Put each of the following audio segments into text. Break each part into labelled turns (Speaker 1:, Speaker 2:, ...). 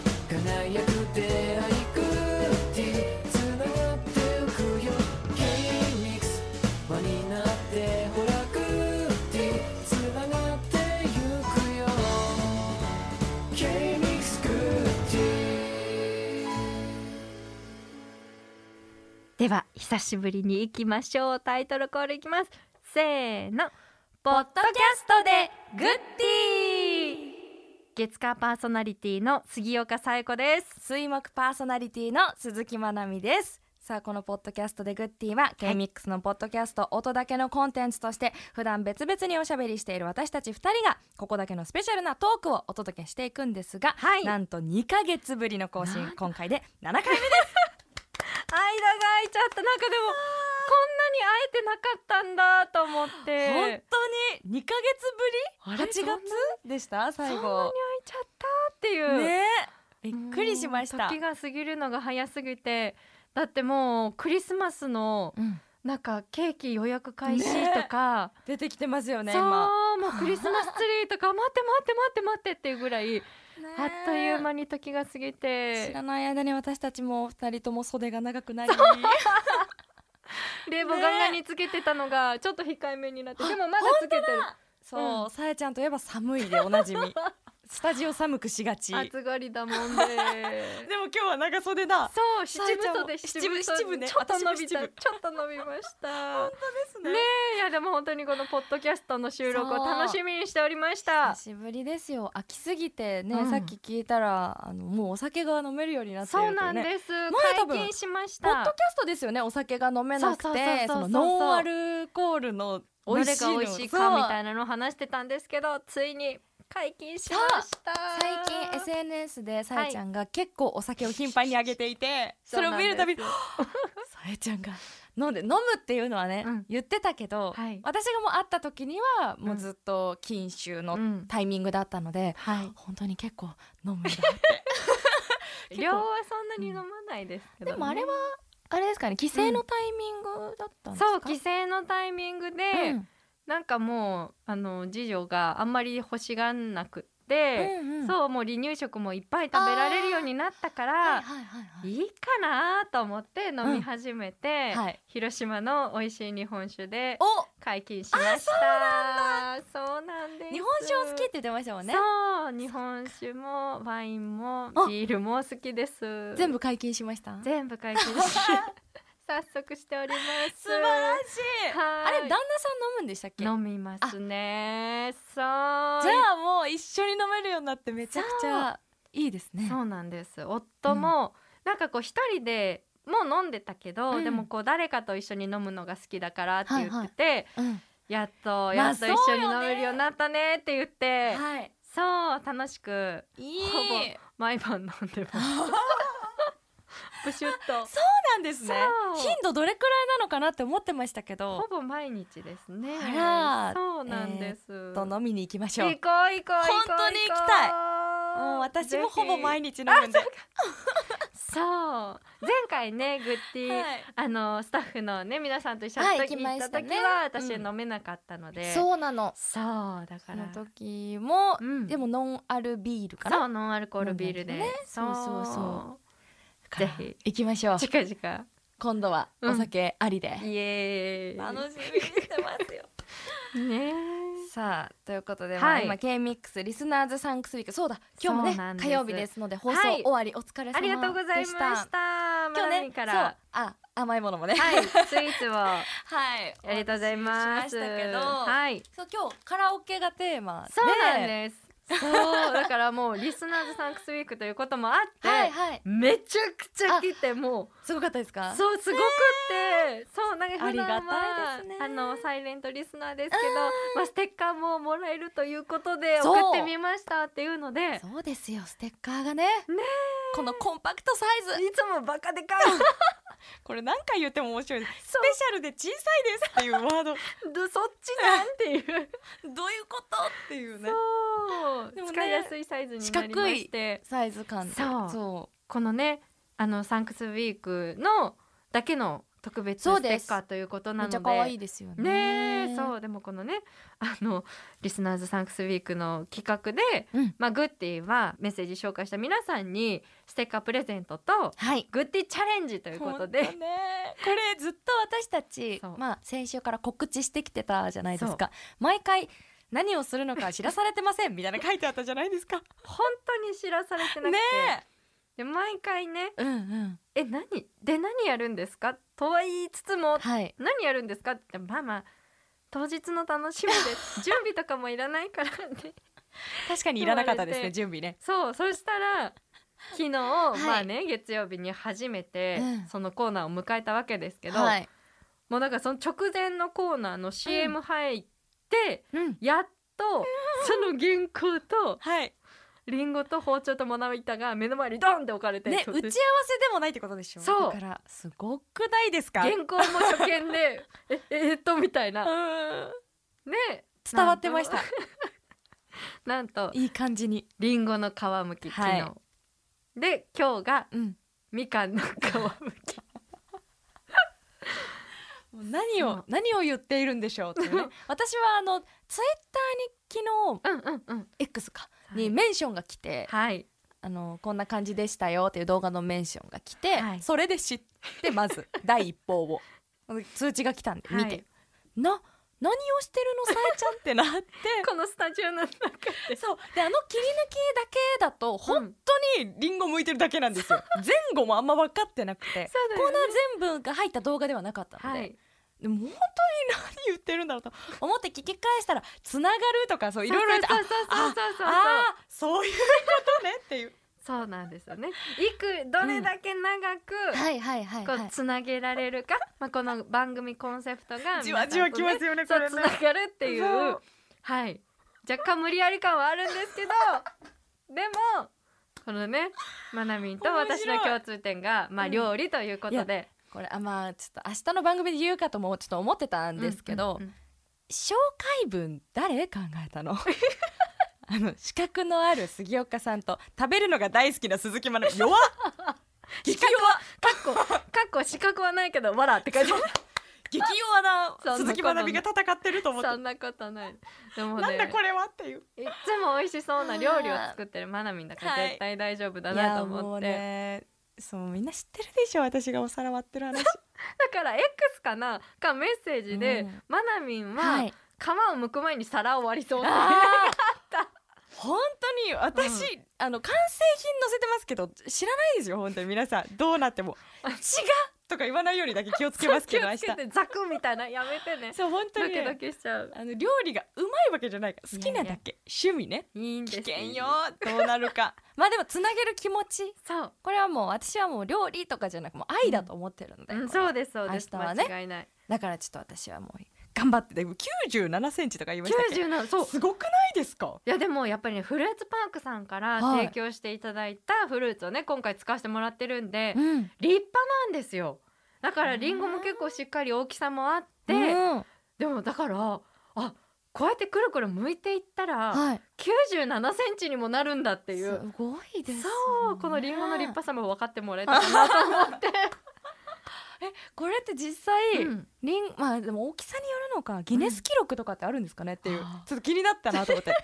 Speaker 1: 輝く出会いグッディつながってゆくよ K-MIX 輪になってほらグッディつながってゆくよ K-MIX グッディ
Speaker 2: では久しぶりに行きましょうタイトルコールいきますせーのポッドキャストでグッディ月火パーソナリティの杉岡紗友子です
Speaker 3: 水木パーソナリティの鈴木まなみですさあこのポッドキャストでグッティは K-MIX のポッドキャスト音だけのコンテンツとして普段別々におしゃべりしている私たち2人がここだけのスペシャルなトークをお届けしていくんですが、
Speaker 2: はい
Speaker 3: なんと2ヶ月ぶりの更新今回で7回
Speaker 2: 間が空
Speaker 3: 目です
Speaker 2: いちゃったなんかでもこんなに会えてなかったんだと思っ
Speaker 3: 本
Speaker 2: て
Speaker 3: 当に2ヶ
Speaker 2: あれ
Speaker 3: 月
Speaker 2: そ
Speaker 3: ぶり8
Speaker 2: んな
Speaker 3: 月でした
Speaker 2: そんな
Speaker 3: 最
Speaker 2: に空い
Speaker 3: 後
Speaker 2: ちゃったっていう、
Speaker 3: ねびっくりしまし
Speaker 2: もう
Speaker 3: た
Speaker 2: 時が過ぎるのが早すぎてだってもうクリスマスの
Speaker 3: うん
Speaker 2: なんかケーキ予約開始とか、
Speaker 3: 出てきてますよね
Speaker 2: そう
Speaker 3: 今
Speaker 2: もうクリスマスツリーとか待って待って待って待ってっていうぐらいあっという間に時が過ぎ
Speaker 3: 知ら
Speaker 2: て
Speaker 3: ない間に私たちも2人とも袖が長くなり
Speaker 2: 冷房ガンガンにつけてたのがちょっと控えめになって、でもまだつけてる
Speaker 3: そう、
Speaker 2: うん
Speaker 3: さやちゃんといえば寒いでおな じみスタジオ寒くしがちでも
Speaker 2: 暑がりだもんで
Speaker 3: 今日は長袖だ
Speaker 2: そう七
Speaker 3: さえちゃ
Speaker 2: 分
Speaker 3: ん
Speaker 2: 袖
Speaker 3: も七分
Speaker 2: 袖
Speaker 3: 七分ね
Speaker 2: ちょっと伸び
Speaker 3: 私
Speaker 2: た
Speaker 3: も七
Speaker 2: ちょ
Speaker 3: 分
Speaker 2: っと伸びました
Speaker 3: です
Speaker 2: ねいやでも本当にこのポッドキャストの収録を楽しみにしておりまし
Speaker 3: 久
Speaker 2: た
Speaker 3: しぶりですよ飽きすぎてね、
Speaker 2: うん
Speaker 3: さっき聞いたらあのもうお酒が飲めるようになってい
Speaker 2: そ
Speaker 3: る
Speaker 2: う
Speaker 3: とい
Speaker 2: な
Speaker 3: うんね
Speaker 2: です
Speaker 3: 前多分
Speaker 2: 解禁しまし
Speaker 3: ポッドキャ
Speaker 2: た
Speaker 3: ストですよねお酒が飲めなくて
Speaker 2: そうそうそうそうそう
Speaker 3: そのノンアルコールの美
Speaker 2: どれ
Speaker 3: 味しい
Speaker 2: が
Speaker 3: の
Speaker 2: 美味しいかみた
Speaker 3: い
Speaker 2: いなのを話してたんですけどついに解禁しました
Speaker 3: 最近 SNS でさやちゃんが結構お酒を頻繁にあげていて、それを見るたび
Speaker 2: そ
Speaker 3: に
Speaker 2: うなんです
Speaker 3: さえちゃんが飲んで飲むっていうのはね、
Speaker 2: うん
Speaker 3: 言ってたけど、
Speaker 2: はい
Speaker 3: 私がもう会った時にはもうずっと禁酒
Speaker 2: う
Speaker 3: の
Speaker 2: ん
Speaker 3: タイミングだったので、
Speaker 2: はい
Speaker 3: 本当に結構飲むんだ結構
Speaker 2: 量はそんなに飲まないですけど、ね、
Speaker 3: でもあれはあれですかね規制のタイミングだったんですか、
Speaker 2: そう帰省のタイミングで、
Speaker 3: うん
Speaker 2: なんかもうあの次女があんまり欲しがんなくって、
Speaker 3: うんうん
Speaker 2: そうもう離乳食もいっぱい食べられるようになったから、
Speaker 3: はいはいはいはい
Speaker 2: い、いかなと思って飲み始めて、
Speaker 3: はい
Speaker 2: 広島の美味しい日本酒で
Speaker 3: お
Speaker 2: 解禁しましたそうなんです
Speaker 3: 日本酒を好きって言ってましたもんね
Speaker 2: そう日本酒もワインもビールも好きです
Speaker 3: 全
Speaker 2: 部
Speaker 3: 部解禁しました
Speaker 2: 全部解禁して 早速しております
Speaker 3: 素晴らしい
Speaker 2: は
Speaker 3: あ
Speaker 2: い
Speaker 3: れ旦那さん飲むんでしたっけじゃ
Speaker 2: 飲みますねそうじゃ
Speaker 3: あもう一緒に飲めるようになってめちゃくちゃいいですね
Speaker 2: そうなんです夫も、なんかこう一人でもう飲んでたけど、
Speaker 3: うん
Speaker 2: でもこう誰かと一緒に飲むのが好きだからって言ってて、
Speaker 3: うん
Speaker 2: やっと
Speaker 3: あ
Speaker 2: やっと一緒に
Speaker 3: そう
Speaker 2: 飲
Speaker 3: よね
Speaker 2: めるようになったねって言って、
Speaker 3: はい
Speaker 2: そう楽しく
Speaker 3: いい
Speaker 2: ほぼ毎晩飲んで ます。プシュッと
Speaker 3: なんですね
Speaker 2: そう
Speaker 3: 頻度どれくらいなのかなって思ってましたけ
Speaker 2: ほ
Speaker 3: ど
Speaker 2: ぼ毎日ですね。
Speaker 3: あら
Speaker 2: そうなんです。
Speaker 3: ちょっと飲みに行きましょう
Speaker 2: 行こう行こう行こう
Speaker 3: 本当に行きたいもう私もほぼ毎日飲むんで
Speaker 2: そう前回ねグッティ、
Speaker 3: はい
Speaker 2: あのスタッフのね皆さんと一緒に
Speaker 3: はい
Speaker 2: 行っ
Speaker 3: 行きました
Speaker 2: た時
Speaker 3: ね
Speaker 2: は私
Speaker 3: うん
Speaker 2: 飲めなかったので、
Speaker 3: そうなの
Speaker 2: そうだか
Speaker 3: そ
Speaker 2: ら
Speaker 3: の時も
Speaker 2: うん
Speaker 3: でもノンアルビールか
Speaker 2: そう
Speaker 3: な
Speaker 2: ノンアルコールビールで、
Speaker 3: 飲んだりとかねそうそうそだから
Speaker 2: ぜ
Speaker 3: 行きましょう
Speaker 2: う近々
Speaker 3: 今度は
Speaker 2: うん
Speaker 3: お酒ありで
Speaker 2: イエーイ
Speaker 3: しみにしてますよ
Speaker 2: ね
Speaker 3: さあということで
Speaker 2: はい
Speaker 3: まあ今 K-MIX リスナーズサンクスウィークそうだ今日も
Speaker 2: そうなん
Speaker 3: ね
Speaker 2: です
Speaker 3: 火曜日ですので放送
Speaker 2: はい
Speaker 3: 終わりお疲れ様でした
Speaker 2: ありがとうございました
Speaker 3: 今
Speaker 2: まな
Speaker 3: 日
Speaker 2: み
Speaker 3: ね
Speaker 2: か
Speaker 3: そう
Speaker 2: ら
Speaker 3: あ甘いものもね
Speaker 2: はいスイーツをあ
Speaker 3: はい
Speaker 2: りがとうございます
Speaker 3: お渡ししましたけど、
Speaker 2: はい
Speaker 3: そう今日カラオケがテーマ
Speaker 2: そうなん
Speaker 3: す
Speaker 2: ですそうだからもうリスナーズサンクスウィークということもあって、
Speaker 3: はいはい
Speaker 2: めちゃくちゃ来ても
Speaker 3: すごかったです
Speaker 2: う
Speaker 3: か
Speaker 2: そうすごくって、そうなんか普段は
Speaker 3: ありがたいですね
Speaker 2: あのサイレントリスナーですけど、まあ、ステッカーももらえるということで
Speaker 3: そう
Speaker 2: 送ってみましたっていうので
Speaker 3: そうですよステッカーがねこのコンパクトサイズ
Speaker 2: いつもバカで か
Speaker 3: これ何回言っても面白いですス
Speaker 2: そう
Speaker 3: ペシャルで小さいですっていうワード
Speaker 2: い どそっちなんって いう
Speaker 3: どういうことっていうね
Speaker 2: そう、
Speaker 3: でもね
Speaker 2: 使いやすいサイズになりまして
Speaker 3: サイズ感
Speaker 2: そう
Speaker 3: そ
Speaker 2: このねあのサンクスウィークのだけの特別
Speaker 3: そ
Speaker 2: ス
Speaker 3: う
Speaker 2: テ
Speaker 3: です
Speaker 2: ッカーということなの
Speaker 3: めっち
Speaker 2: で
Speaker 3: ゃ可愛いですよね
Speaker 2: ねえそうでもこのねあのリスナーズサンクスウィークの企画で、
Speaker 3: うん
Speaker 2: まあ、グッティはメッセージ紹介した皆さんにステッカープレゼントと
Speaker 3: はい
Speaker 2: グッティチャレンジということで
Speaker 3: 本当ねこれずっと私たち
Speaker 2: そう
Speaker 3: まあ先週から告知してきてたじゃないですか毎回何をするのか知らされてませんみたいな書いてあったじゃないですか ね
Speaker 2: 本当に知らされてなくて、で毎回ね
Speaker 3: えうんうん
Speaker 2: 「え何で何やるんですか?」とは言いつつも
Speaker 3: はい
Speaker 2: 「何やるんですか?」って言ってまあまあ当日の楽しみ です準備とかもいらないからって
Speaker 3: 確かにいらなかったですね
Speaker 2: 言
Speaker 3: 準備ね
Speaker 2: そうそしたら昨日、
Speaker 3: い
Speaker 2: まあね月曜日に初めて
Speaker 3: うん
Speaker 2: そのコーナーを迎えたわけですけど、
Speaker 3: はい
Speaker 2: もうだからその直前のコーナーの CM 入って、
Speaker 3: うん
Speaker 2: やっとその原稿と
Speaker 3: はい
Speaker 2: リンゴと包丁とモナ板が目の前にドンって置かれて、
Speaker 3: ね打ち合わせでもないってことでしょ
Speaker 2: そう
Speaker 3: だからすごくないですか
Speaker 2: 原稿も初見で ええっとみたいな
Speaker 3: うん
Speaker 2: ね
Speaker 3: 伝わってました
Speaker 2: なんと
Speaker 3: いい感じに
Speaker 2: リンゴの皮むき昨日、
Speaker 3: は
Speaker 2: で今日が
Speaker 3: うん
Speaker 2: みかんの皮む き
Speaker 3: もう何
Speaker 2: そ
Speaker 3: を
Speaker 2: う
Speaker 3: 何を言っているんでしょうって いうね私はあのツイッターに昨日
Speaker 2: うんうんうん、
Speaker 3: X か
Speaker 2: はい
Speaker 3: にメンションが来て、
Speaker 2: はい
Speaker 3: あのこんな感じでしたよっていう動画のメンションが来て、
Speaker 2: はい
Speaker 3: それで知って まず第一報を通知が来たんで見て、
Speaker 2: はい
Speaker 3: な何をしてるのさえちゃんってなって
Speaker 2: このスタジオの中 で
Speaker 3: そうであの切り抜きだけだと本当にリンゴ向いてるだけなんですよ、前後もあんま分かってなくて
Speaker 2: そうだよね
Speaker 3: コーナー全部が入った動画ではなかったので、
Speaker 2: はい
Speaker 3: でも本当に何言ってるんだろうと思って聞き返したら「つながる」とかそういろいろ言って
Speaker 2: そう
Speaker 3: あ
Speaker 2: そうそうそうそうそう
Speaker 3: あーそういうことねっていう。
Speaker 2: そうなんですよねいくどれだけ長く、
Speaker 3: いはいは
Speaker 2: こうつなげられるか、まあ、この番組コンセプトが
Speaker 3: じわじわ
Speaker 2: 皆さんと
Speaker 3: きますよね
Speaker 2: そう
Speaker 3: これね
Speaker 2: つながるってい
Speaker 3: そうう
Speaker 2: はい若干無理やり感はあるんですけど でもこのねまなみんと私の
Speaker 3: 面白い
Speaker 2: 共通点が、まあ、
Speaker 3: うん
Speaker 2: 料理ということで、
Speaker 3: これあまあちょっと明日の番組で言うかともちょっと思ってたんですけど、
Speaker 2: うんうんうん
Speaker 3: 紹介文誰考え たのあの資格のある杉岡さんと食べるのが大好きな鈴木まなみ弱っ激弱
Speaker 2: かっこかっこ資格はないけどわらって書いてある
Speaker 3: 激弱
Speaker 2: そんなこと
Speaker 3: な鈴木まなみが戦ってると思って
Speaker 2: そんなことないでも
Speaker 3: なん
Speaker 2: ね
Speaker 3: だこれはっていう
Speaker 2: いっつも美味しそうな料理を作ってるまなみんだから
Speaker 3: はい
Speaker 2: 絶対大丈夫だなと
Speaker 3: いやも
Speaker 2: 思っ
Speaker 3: う
Speaker 2: て、
Speaker 3: ねそうみんな知ってるでしょ私がお皿割ってる話
Speaker 2: だから X かなかメッセージで、
Speaker 3: うん
Speaker 2: まなみんは、
Speaker 3: はい
Speaker 2: 皮を剥く前に皿を割りそうって
Speaker 3: 本当に私、あの完成品載せてますけど知らないですよ本当に皆さんどうなっても「違う!」とか言わないようにだけ気をつけますけど明日
Speaker 2: 気をつけてザクみたいなやめてね
Speaker 3: そう本当
Speaker 2: ド
Speaker 3: に
Speaker 2: キ
Speaker 3: ね、
Speaker 2: ドキしちゃう
Speaker 3: あの料理がうまいわけじゃないから好きなだけ趣味ね
Speaker 2: いいんで
Speaker 3: 危
Speaker 2: す
Speaker 3: 険よどうなるかまあでもつなげる気持ち
Speaker 2: そう、
Speaker 3: これはもう私はもう料理とかじゃなくもう愛だと思ってるので、
Speaker 2: うん、そうですそうです
Speaker 3: 明日はね
Speaker 2: 間違いない
Speaker 3: だからちょっと私はもう頑張ってでも97センチとか言いましたっけ
Speaker 2: 90のそう
Speaker 3: すごくないですか
Speaker 2: いやでもやっぱりねフルーツパークさんから
Speaker 3: はい
Speaker 2: 提供していただいたフルーツをね今回使わせてもらってるんで
Speaker 3: うん
Speaker 2: 立派なんですよだからリンゴも結構しっかり大きさもあって、
Speaker 3: うん
Speaker 2: でもだからあこうやってくるくる剥いていったら
Speaker 3: はい、っ
Speaker 2: 97センチにもなるんだっていう
Speaker 3: すごいです、ね、
Speaker 2: そうこのリンゴの立派さも分かってもらえたかなと思って、
Speaker 3: これって実際、
Speaker 2: うん
Speaker 3: リンまあでも大きさによるのかギネス記録とかってあるんですかねっていう、
Speaker 2: うん
Speaker 3: ちょっと気になったな と思って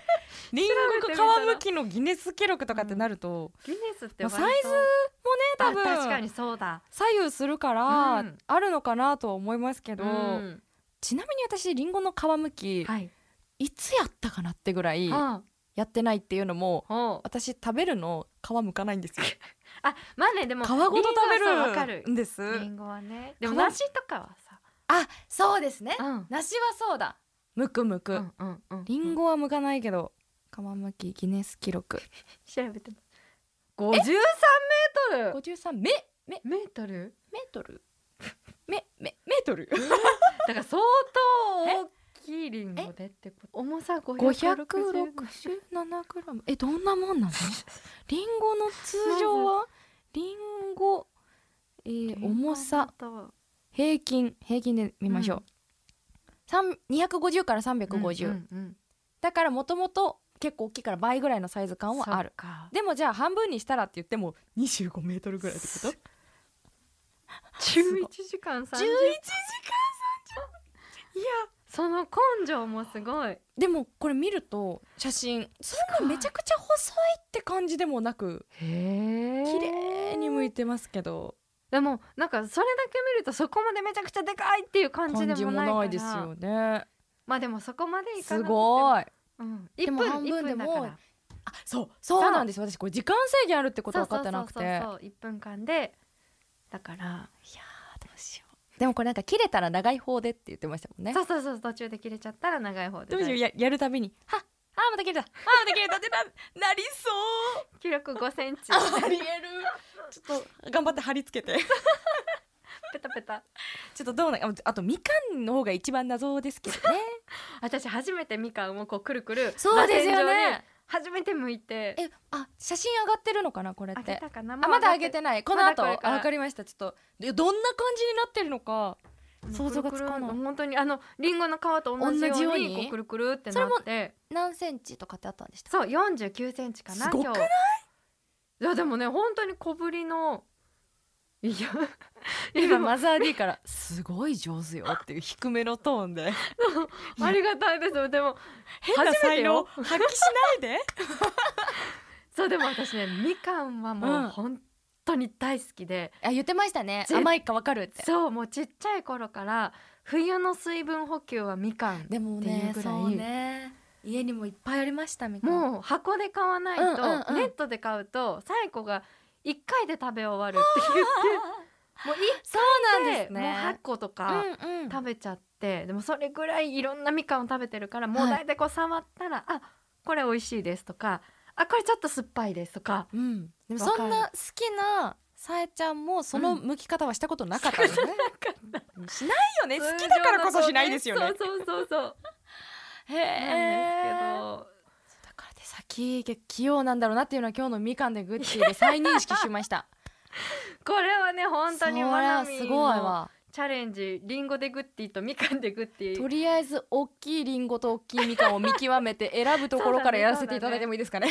Speaker 3: リン
Speaker 2: 調べてみ
Speaker 3: ゴ
Speaker 2: たら
Speaker 3: が皮むきのギネス記録とかってなると、
Speaker 2: ギネスって
Speaker 3: まあ
Speaker 2: 割と
Speaker 3: サイズもね多分
Speaker 2: あ確かにそうだ
Speaker 3: 左右するから、
Speaker 2: うん
Speaker 3: あるのかなとは思いますけど、
Speaker 2: うん
Speaker 3: ちなみに私リンゴの皮むき、
Speaker 2: はい
Speaker 3: い、つやったかなってぐらいや
Speaker 2: あ
Speaker 3: ってないっていうのも
Speaker 2: あ
Speaker 3: 私食べるの皮むかないんですよ
Speaker 2: あまあね でも
Speaker 3: 皮ごと食べ
Speaker 2: リンゴはそうわかる
Speaker 3: るんです
Speaker 2: リンゴはねでも
Speaker 3: も
Speaker 2: 梨とかはさ
Speaker 3: あそうですね
Speaker 2: うん
Speaker 3: 梨はそうだむくむく、
Speaker 2: うんうんうん
Speaker 3: リンゴは剥かないけど皮むきギネス記録
Speaker 2: 調べても53メートル
Speaker 3: 53メメ
Speaker 2: メートル
Speaker 3: メートルメメメートル
Speaker 2: だから相当大きいリンゴでってこと重さ560
Speaker 3: 567グラムえどんなもん なのリンゴの通常はリンゴ、えー重さ平均平均で見ましょう、三250から350、
Speaker 2: うんうんうん
Speaker 3: だからもともと結構大きいから倍ぐらいのサイズ感はある
Speaker 2: そっか
Speaker 3: でもじゃあ半分にしたらって言っても25メートルぐらいってこと
Speaker 2: 11時間30
Speaker 3: 十一時間
Speaker 2: いやその根性もすごい
Speaker 3: でもこれ見ると写真そんなめちゃくちゃ細いって感じでもなく
Speaker 2: へえ
Speaker 3: 綺麗に向いてますけど
Speaker 2: でもなんかそれだけ見るとそこまでめちゃくちゃでかいっていう感じ
Speaker 3: 感
Speaker 2: で
Speaker 3: じ
Speaker 2: も
Speaker 3: も
Speaker 2: ないから
Speaker 3: ないですよね
Speaker 2: まあでもそこまでいか
Speaker 3: す
Speaker 2: なくて
Speaker 3: ご
Speaker 2: い、
Speaker 3: い
Speaker 2: うん、
Speaker 3: でも
Speaker 2: 1分
Speaker 3: 半分でも
Speaker 2: 1分だから
Speaker 3: あそうそうなんです私これ時間制限あるってこと分かってなくて
Speaker 2: そうそうそうそう1分間でだから
Speaker 3: どうしようでもこれなんか切れたら長い方でって言ってましたもんね
Speaker 2: そうそうそう途中で切れちゃったら長い方で
Speaker 3: どうしようややるたびにはあーまた切れたあーまた切れたってななり そう
Speaker 2: 記録5セン チ
Speaker 3: ありえるちょっと頑張って貼り付けて
Speaker 2: ペタペタ
Speaker 3: ちょっとどうなああとみかんの方が一番謎ですけどね
Speaker 2: 私初めてみかんをこうくるくる
Speaker 3: そうですよ
Speaker 2: 螺
Speaker 3: ね
Speaker 2: 旋状に初めて向いて
Speaker 3: えあ写真上がってるのかなこれ
Speaker 2: あ
Speaker 3: っ
Speaker 2: げ
Speaker 3: て
Speaker 2: たかな
Speaker 3: あまだ上げて
Speaker 2: な
Speaker 3: ないこの後、
Speaker 2: まだこれか
Speaker 3: あ
Speaker 2: ら
Speaker 3: わかりましたちょっとでどんな感じになってるのか想像がつかない
Speaker 2: 本当にあのリンゴの皮と同じように
Speaker 3: 同じように
Speaker 2: こうくるくるって
Speaker 3: そ
Speaker 2: な
Speaker 3: れも
Speaker 2: って
Speaker 3: 何センチとかってあったんでした
Speaker 2: そう49センチかな
Speaker 3: すごくない
Speaker 2: 今日いやでもね本当に小ぶりのいや
Speaker 3: 今
Speaker 2: 今
Speaker 3: マザー D から「すごい上手よ」っていう低めのトーンで
Speaker 2: ありがたいですでも
Speaker 3: 変な
Speaker 2: 初めて
Speaker 3: 才能
Speaker 2: よ
Speaker 3: 発揮しないで
Speaker 2: そうでも私ねみかんは
Speaker 3: う
Speaker 2: も
Speaker 3: ん
Speaker 2: う本当に大好きで、
Speaker 3: あ言ってましたね
Speaker 2: ぜ
Speaker 3: いかわかるっ
Speaker 2: そうもうちっちゃい頃から冬の水分補給はみかん
Speaker 3: でも
Speaker 2: ってい
Speaker 3: ね
Speaker 2: うぐらい
Speaker 3: そうね家にもいっぱいありましたみたいな
Speaker 2: もう箱で買わないと、
Speaker 3: うんうんうん
Speaker 2: ネットで買うとサイコが1回で食べ終わるって言っ
Speaker 3: あ
Speaker 2: てもう
Speaker 3: そうなんで
Speaker 2: 1回
Speaker 3: す
Speaker 2: でもう8
Speaker 3: ね
Speaker 2: 個とか
Speaker 3: うんうん
Speaker 2: 食べちゃって、でもそれぐらいいろんなみかんを食べてるからもう
Speaker 3: はい
Speaker 2: 大体こう触ったら、あこれ美味しいですとかあこれちょっと酸っぱいですとか
Speaker 3: うん、でも
Speaker 2: わかる
Speaker 3: そんな好きなさえちゃんもその剥き方はしたことなかったんですね、しないよね
Speaker 2: 通常のそうねそうそう そう
Speaker 3: へえだ
Speaker 2: なんです
Speaker 3: から手先が器用なんだろうなっていうのは今日のみかんでグッチーで再認識しました
Speaker 2: けどこれはね 本当に
Speaker 3: そ
Speaker 2: わ
Speaker 3: れ
Speaker 2: ら
Speaker 3: は
Speaker 2: み
Speaker 3: す
Speaker 2: の
Speaker 3: ごいわ
Speaker 2: チャレンジリンゴでグッティとみかんでグッティ
Speaker 3: とりあえず大きいリンゴと大きいみかんを見極めて選ぶとこ ろからやらせていただいてもいいですかね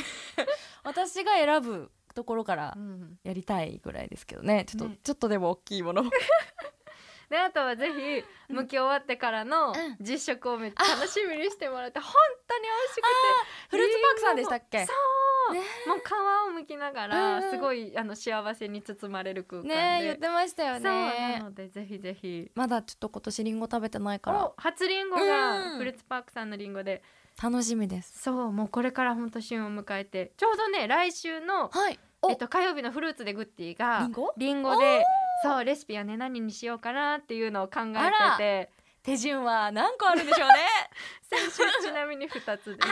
Speaker 3: 私が選ぶところから
Speaker 2: うん
Speaker 3: やりたいぐらいですけどねちょっと、
Speaker 2: ね
Speaker 3: ちょっとでも大きい ものを
Speaker 2: であとはぜひ剥き終わってからの
Speaker 3: うん
Speaker 2: 実食をめっちゃ楽しみにしてもらって本当に美味しくて
Speaker 3: フルーツパークさんでしたっけ
Speaker 2: そう、
Speaker 3: ね
Speaker 2: もう皮を剥きなが
Speaker 3: うんうん
Speaker 2: らすごいあの幸せに包まれる空間で、
Speaker 3: ねえ言ってましたよ
Speaker 2: そうな
Speaker 3: ね
Speaker 2: のでぜひぜひ
Speaker 3: まだちょっと今年リンゴ食べてないから
Speaker 2: お初リンゴ
Speaker 3: うん
Speaker 2: がフルーツパークさんのリンゴで、
Speaker 3: 楽しみです
Speaker 2: そうもうこれから本当旬を迎えてちょうどね来週の
Speaker 3: はいお
Speaker 2: えっと、火曜日のフルーツでグッティが
Speaker 3: リンゴ
Speaker 2: でそうレシピはね何にしようかなっていうのを考
Speaker 3: あら
Speaker 2: えてて
Speaker 3: 手順は何個あるんでし ょうね
Speaker 2: 先週ちなみに2つ です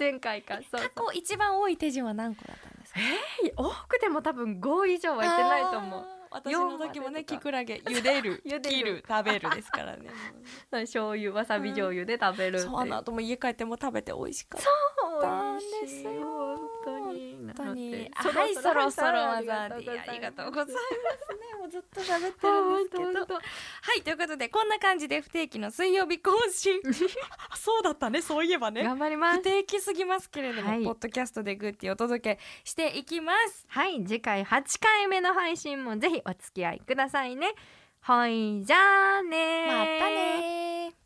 Speaker 2: 前回かそうそう
Speaker 3: 去一番多い手順は何個だったんですか
Speaker 2: え多くても多分5以上はいってないと思う
Speaker 3: 私の時も
Speaker 2: 四ま
Speaker 3: ね
Speaker 2: でとか
Speaker 3: きくらげ 茹でる
Speaker 2: 茹でる
Speaker 3: 切る食べるですから ね
Speaker 2: そう醤油わさび醤油で食べるってい
Speaker 3: そうあの後も家帰っても食べて美味しかった
Speaker 2: そうなんですよ
Speaker 3: 本
Speaker 2: 本
Speaker 3: 当
Speaker 2: 当
Speaker 3: に
Speaker 2: に
Speaker 3: 本当
Speaker 2: なので
Speaker 3: にはいそろそろ
Speaker 2: は
Speaker 3: マ
Speaker 2: い
Speaker 3: ザーディーありがとうござい ますねもうずっと喋ってるん
Speaker 2: 本
Speaker 3: です
Speaker 2: 当
Speaker 3: けど
Speaker 2: 本当
Speaker 3: はいということでこんな感じで不定期の水曜日更 新そうだったねそういえば
Speaker 2: 頑張りま
Speaker 3: 不
Speaker 2: す
Speaker 3: 定期すぎますけれども、
Speaker 2: はい
Speaker 3: ポッドキャストでグッティお届けしていきます
Speaker 2: はい次回8回目の配信もぜひお付き合いくださいねほいじゃあね
Speaker 3: またねー